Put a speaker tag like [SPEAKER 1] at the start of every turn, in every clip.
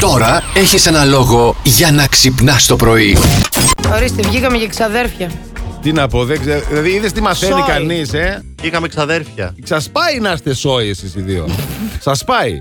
[SPEAKER 1] Τώρα έχεις ένα λόγο για να ξυπνάς το πρωί.
[SPEAKER 2] Ορίστε, βγήκαμε για ξαδέρφια.
[SPEAKER 3] Τι να πω, δεν ξέρω. Δηλαδή, είδες τι μαθαίνει
[SPEAKER 2] Σόι.
[SPEAKER 3] κανείς, ε.
[SPEAKER 4] Είχαμε ξαδέρφια.
[SPEAKER 3] Σα πάει να είστε σόι εσείς οι δύο. σα πάει.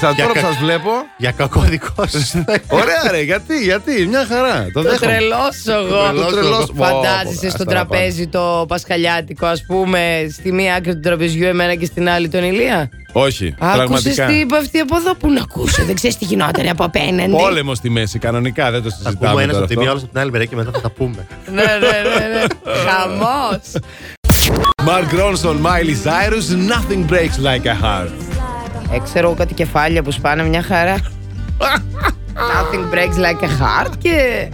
[SPEAKER 3] Σα
[SPEAKER 4] Για
[SPEAKER 3] τώρα που
[SPEAKER 4] κα-
[SPEAKER 3] σας βλέπω.
[SPEAKER 4] Για κακό δικό σα.
[SPEAKER 3] Ωραία, ρε, γιατί, γιατί, μια χαρά. Το
[SPEAKER 2] Το
[SPEAKER 3] δέχομαι.
[SPEAKER 2] τρελό
[SPEAKER 3] Το
[SPEAKER 2] εγώ.
[SPEAKER 3] τρελός εγώ. Πω, πω,
[SPEAKER 2] Φαντάζεσαι στο
[SPEAKER 3] άστα να
[SPEAKER 2] τραπέζι το πασχαλιάτικο, ας πούμε, στη μία άκρη του τραπεζιού εμένα και στην άλλη τον Ηλία.
[SPEAKER 3] Όχι,
[SPEAKER 2] Άκουσες
[SPEAKER 3] πραγματικά.
[SPEAKER 2] τι Ναι. είπε αυτή από εδώ που να ακούσε. Δεν ξέρεις τι γινόταν από απέναντι.
[SPEAKER 3] Πόλεμο στη μέση, κανονικά δεν το
[SPEAKER 4] Θα πούμε
[SPEAKER 3] συζητάμε.
[SPEAKER 4] ένας
[SPEAKER 3] τώρα
[SPEAKER 4] από τη μία,
[SPEAKER 3] αυτό.
[SPEAKER 4] άλλο από την άλλη μεριά και μετά θα τα πούμε.
[SPEAKER 2] Ναι, ναι, ναι. ναι. Χαμός.
[SPEAKER 3] Mark Ronson, Miley Cyrus, Nothing breaks like a heart.
[SPEAKER 2] Ε, ξέρω εγώ κάτι κεφάλια που σπάνε μια χαρά. Nothing breaks like a heart και.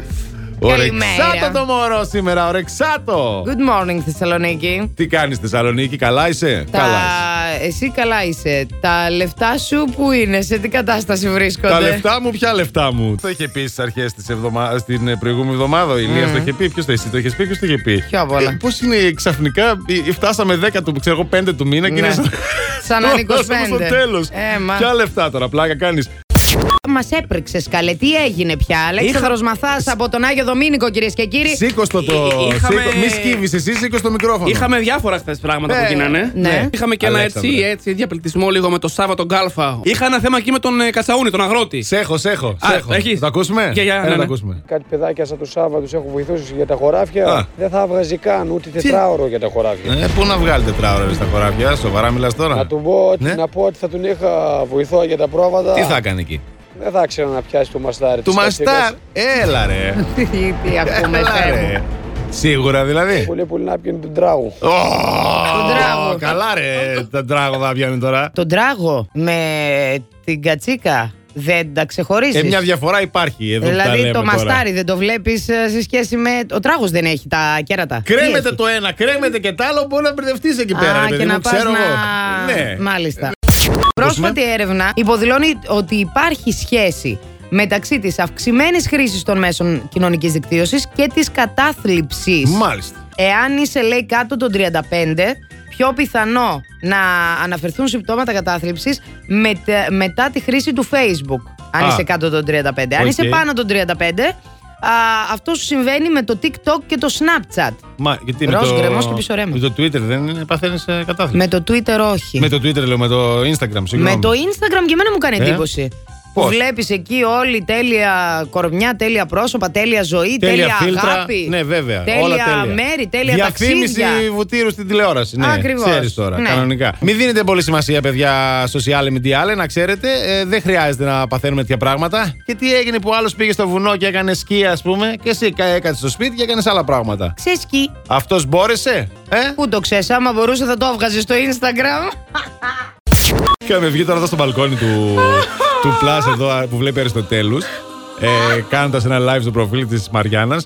[SPEAKER 3] Ορεξάτο το μωρό σήμερα, ορεξάτο.
[SPEAKER 2] Good morning, Θεσσαλονίκη.
[SPEAKER 3] Τι κάνεις Θεσσαλονίκη, καλά είσαι.
[SPEAKER 2] Τα...
[SPEAKER 3] Καλά είσαι.
[SPEAKER 2] Εσύ καλά είσαι. Τα λεφτά σου που είναι, σε τι κατάσταση βρίσκονται.
[SPEAKER 3] Τα λεφτά μου, ποια λεφτά μου. Το είχε πει στις αρχές της εβδομάδα, στην ε, προηγούμενη εβδομάδα. Ο Ηλίας το είχε πει. Ποιος το εσύ το είχε πει, ποιος το είχε πει.
[SPEAKER 2] Ποιο απ' όλα.
[SPEAKER 3] Πώς είναι ξαφνικά, ε, ε, φτάσαμε 10 του, ξέρω εγώ, 5 του μήνα και
[SPEAKER 2] Ναι.
[SPEAKER 3] είναι. σαν-
[SPEAKER 2] Σαν να είναι
[SPEAKER 3] φτάσαμε
[SPEAKER 2] 25.
[SPEAKER 3] στο τέλος.
[SPEAKER 2] Ε, μα.
[SPEAKER 3] Ποια λεφτά τώρα, πλάκα κάνεις.
[SPEAKER 2] Μας έπρεξες, καλέ. Τι έγινε πια, Αλέξανδρος Μαθάς από τον Άγιο Δομήνικο, κυρίες και κύριοι.
[SPEAKER 3] Σήκωστο το.
[SPEAKER 5] Ε, είχαμε-
[SPEAKER 3] σήκω- Μη σκύβεις, εσύ σήκω το μικρόφωνο.
[SPEAKER 5] Είχαμε διάφορα χθες πράγματα
[SPEAKER 3] Ε,
[SPEAKER 5] που γίνανε.
[SPEAKER 2] ναι.
[SPEAKER 5] Είχαμε και ένα
[SPEAKER 3] Αλέξανδρε.
[SPEAKER 5] έτσι, έτσι διαπληκτισμό λίγο με το Σάββατο Γκάλφα. Είχα ένα θέμα εκεί με τον ε, Κατσαούνη, τον αγρότη.
[SPEAKER 3] Σε έχω, σε έχω. σε
[SPEAKER 5] Α,
[SPEAKER 3] έχω.
[SPEAKER 5] το έχεις?
[SPEAKER 3] Το ακούσουμε.
[SPEAKER 5] Για, για,
[SPEAKER 3] Έλα,
[SPEAKER 5] ναι,
[SPEAKER 3] το
[SPEAKER 5] ναι.
[SPEAKER 3] ακούσουμε.
[SPEAKER 6] Κάτι παιδάκια σαν τους Σάββατους έχω βοηθήσει για τα χωράφια.
[SPEAKER 3] Α.
[SPEAKER 6] Δεν θα έβγαζε καν ούτε τετράωρο για τα χωράφια.
[SPEAKER 3] Ε, πού να βγάλει τετράωρο στα χωράφια, σοβαρά μιλάς τώρα.
[SPEAKER 6] Να, του πω, ότι-
[SPEAKER 3] Ναι.
[SPEAKER 6] να πω ότι θα τον είχα βοηθό για τα πρόβατα.
[SPEAKER 3] Τι θα κάνει
[SPEAKER 6] Ε,
[SPEAKER 3] εκεί.
[SPEAKER 6] Δεν θα ξέρω να πιάσει το μαστάρι.
[SPEAKER 3] Του
[SPEAKER 6] της
[SPEAKER 3] μαστάρ,
[SPEAKER 6] ταξίδας.
[SPEAKER 3] έλα ρε.
[SPEAKER 2] Τι, τι ακούμε,
[SPEAKER 3] Έλα
[SPEAKER 2] Θεέ μου.
[SPEAKER 3] ρε. Σίγουρα δηλαδή.
[SPEAKER 6] Πολύ πολύ να πιάνει τον τράγου.
[SPEAKER 3] Τον
[SPEAKER 2] τράγο.
[SPEAKER 3] Καλά ρε, τα τράγουδα πιάνει τώρα.
[SPEAKER 2] Τον τράγο με την κατσίκα δεν τα ξεχωρίζεις.
[SPEAKER 3] Ε, μια διαφορά υπάρχει εδώ που τα
[SPEAKER 2] δηλαδή
[SPEAKER 3] λέμε
[SPEAKER 2] το
[SPEAKER 3] τώρα.
[SPEAKER 2] μαστάρι δεν το βλέπεις σε σχέση με. Ο τράγος δεν έχει τα κέρατα. Τι
[SPEAKER 3] Κρέμεται
[SPEAKER 2] έχεις?
[SPEAKER 3] το ένα, κρέμεται και το άλλο, μπορεί να μπερδευτείς εκεί πέρα.
[SPEAKER 2] Α,
[SPEAKER 3] ρε, παιδί
[SPEAKER 2] και
[SPEAKER 3] μου,
[SPEAKER 2] να πας
[SPEAKER 3] ξέρω
[SPEAKER 2] να...
[SPEAKER 3] εγώ. Ναι.
[SPEAKER 2] Μάλιστα. Πρόσφατη έρευνα υποδηλώνει ότι υπάρχει σχέση μεταξύ της αυξημένης χρήσης των μέσων κοινωνικής δικτύωσης και της κατάθλιψης.
[SPEAKER 3] Μάλιστα.
[SPEAKER 2] Εάν είσαι, λέει, κάτω των 35, πιο πιθανό να αναφερθούν συμπτώματα κατάθλιψης μετε- μετά τη χρήση του Facebook, αν
[SPEAKER 3] Α.
[SPEAKER 2] είσαι κάτω των 35. Αν
[SPEAKER 3] Οκ.
[SPEAKER 2] είσαι πάνω των 35, α, αυτό σου συμβαίνει με το TikTok και το Snapchat.
[SPEAKER 3] Μα, γιατί με
[SPEAKER 2] Ροζ,
[SPEAKER 3] το...
[SPEAKER 2] γκρεμός και πίσω ρέμα.
[SPEAKER 3] με το Twitter δεν είναι, παθαίνεις ε, κατάθλιψη.
[SPEAKER 2] Με το Twitter όχι.
[SPEAKER 3] Με το Twitter λέω, με το Instagram, συγγνώμη.
[SPEAKER 2] Με το Instagram και εμένα μου κάνει
[SPEAKER 3] Ε,
[SPEAKER 2] εντύπωση.
[SPEAKER 3] πώς?
[SPEAKER 2] Που βλέπεις εκεί όλη τέλεια κορμιά, τέλεια πρόσωπα, τέλεια ζωή, τέλεια,
[SPEAKER 3] Τέλεια φίλτρα.
[SPEAKER 2] αγάπη.
[SPEAKER 3] Ναι, βέβαια.
[SPEAKER 2] Τέλεια,
[SPEAKER 3] όλα τέλεια.
[SPEAKER 2] μέρη, τέλεια
[SPEAKER 3] Διαφήμιση
[SPEAKER 2] ταξίδια.
[SPEAKER 3] βουτύρου στην τηλεόραση. Ναι,
[SPEAKER 2] Ακριβώς.
[SPEAKER 3] Ξέρεις τώρα,
[SPEAKER 2] Ναι.
[SPEAKER 3] κανονικά. Μην δίνετε πολύ σημασία, παιδιά, social media, αλλά να ξέρετε, ε, δεν χρειάζεται να παθαίνουμε τέτοια πράγματα. Και τι έγινε που άλλος πήγε στο βουνό και έκανε σκία, ας πούμε, και εσύ κα- έκατσε στο σπίτι και έκανες άλλα πράγματα.
[SPEAKER 2] Ξέρεις κι,
[SPEAKER 3] Αυτός μπόρεσε, ε?
[SPEAKER 2] πού το ξέρεις, άμα μπορούσε θα το έβγαζε στο Instagram.
[SPEAKER 3] Είχαμε βγει τώρα εδώ στο μπαλκόνι του, του Plus εδώ α, που βλέπει Αριστοτέλους. Ε, Κάνοντας ένα live στο προφίλ της Μαριάννας.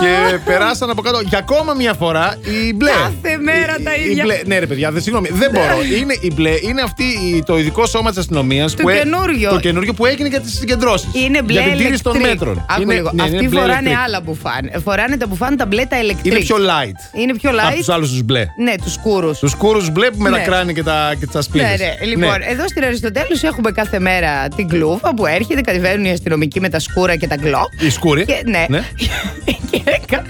[SPEAKER 3] Και περάσαν από κάτω για ακόμα μια φορά οι μπλε.
[SPEAKER 2] Κάθε μέρα
[SPEAKER 3] Οι-
[SPEAKER 2] τα
[SPEAKER 3] οι
[SPEAKER 2] ίδια.
[SPEAKER 3] μπλε. Ναι, ρε παιδιά, δεν, συγγνώμη, δεν μπορώ. Είναι οι μπλε, είναι αυτή η- το ειδικό σώμα της αστυνομίας.
[SPEAKER 2] Το καινούριο.
[SPEAKER 3] Το καινούριο που έγινε για τις συγκεντρώσεις.
[SPEAKER 2] Είναι μπλε
[SPEAKER 3] Για την τήρηση των
[SPEAKER 2] electric.
[SPEAKER 3] μέτρων.
[SPEAKER 2] Άκου
[SPEAKER 3] Είναι-
[SPEAKER 2] λίγο.
[SPEAKER 3] ναι, είναι
[SPEAKER 2] Αυτοί
[SPEAKER 3] μπλε
[SPEAKER 2] φοράνε
[SPEAKER 3] electric.
[SPEAKER 2] άλλα μπουφάν. Φοράνε τα μπουφάν τα μπλε τα electric.
[SPEAKER 3] Είναι πιο light.
[SPEAKER 2] Είναι πιο light.
[SPEAKER 3] Από τους άλλους τους μπλε.
[SPEAKER 2] Ναι, τους κούρου.
[SPEAKER 3] Του κούρου μπλε που με
[SPEAKER 2] Ναι.
[SPEAKER 3] τα κράνη και τα, και τις ασπίδες.
[SPEAKER 2] Ναι, ναι. Λοιπόν, εδώ στην Αριστοτέλους έχουμε κάθε μέρα την κλούβα που έρχεται, κατεβαίνουν οι αστυνομικοί με τα σκούρα και τα γκλόπ.
[SPEAKER 3] Οι σκούροι.
[SPEAKER 2] Και, ναι.
[SPEAKER 3] Ναι.
[SPEAKER 2] και κα-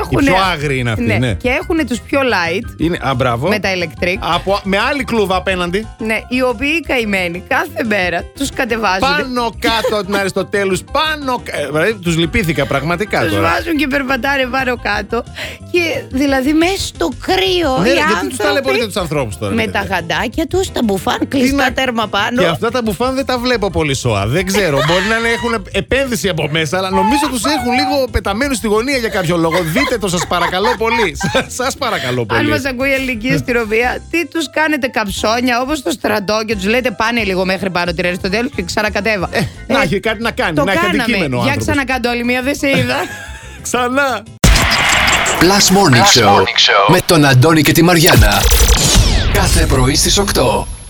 [SPEAKER 2] έχουν.
[SPEAKER 3] Οι πιο άγριοι είναι αυτοί, ναι.
[SPEAKER 2] Και έχουν τους πιο light
[SPEAKER 3] Είναι, α, μπράβο.
[SPEAKER 2] με τα electric.
[SPEAKER 3] από, με άλλη κλούβα απέναντι.
[SPEAKER 2] Ναι, οι οποίοι καημένοι κάθε μέρα τους κατεβάζουν.
[SPEAKER 3] Πάνω κάτω από την Αριστοτέλους. Πάνω κάτω. Τους λυπήθηκα πραγματικά
[SPEAKER 2] Τους
[SPEAKER 3] τώρα.
[SPEAKER 2] βάζουν και περπατάνε πάνω κάτω. Και δηλαδή μέσα στο κρύο.
[SPEAKER 3] Ναι,
[SPEAKER 2] οι
[SPEAKER 3] ρε, γιατί
[SPEAKER 2] άνθρωποι
[SPEAKER 3] του ταλαιπωρείτε τους ανθρώπους τώρα.
[SPEAKER 2] Με
[SPEAKER 3] ρε,
[SPEAKER 2] τα
[SPEAKER 3] παιδιά.
[SPEAKER 2] γαντάκια τους, τα μπουφάν,
[SPEAKER 3] να-
[SPEAKER 2] κλειστά τέρμα πάνω.
[SPEAKER 3] Και αυτά τα μπουφάν δεν τα βλέπω πολύ σοα. Δεν ξέρω. Μπορεί να είναι- έχουν επένδυση από μέσα, αλλά νομίζω τους έχουν λίγο πεταμένους στη γωνία για κάποιο λόγο. Δείτε το, σας παρακαλώ πολύ. Σας παρακαλώ
[SPEAKER 2] Αν
[SPEAKER 3] πολύ.
[SPEAKER 2] μας ακούει η ελληνική αστυνομία, τι τους κάνετε καψόνια όπως το στρατό και τους λέτε πάνε λίγο μέχρι πάνω την Αριστοτέλου και ξανακατέβα.
[SPEAKER 3] Ε,
[SPEAKER 2] Ε,
[SPEAKER 3] να έχει κάτι να κάνει,
[SPEAKER 2] το
[SPEAKER 3] να έχει
[SPEAKER 2] κάναμε.
[SPEAKER 3] αντικείμενο ο
[SPEAKER 2] Για
[SPEAKER 3] άνθρωπος.
[SPEAKER 2] ξανακάντω άλλη μία, δεν σε είδα.
[SPEAKER 3] Ξανά.
[SPEAKER 1] Plus Morning, Show, με τον Αντώνη και τη Μαριάνα. Κάθε πρωί στις 8.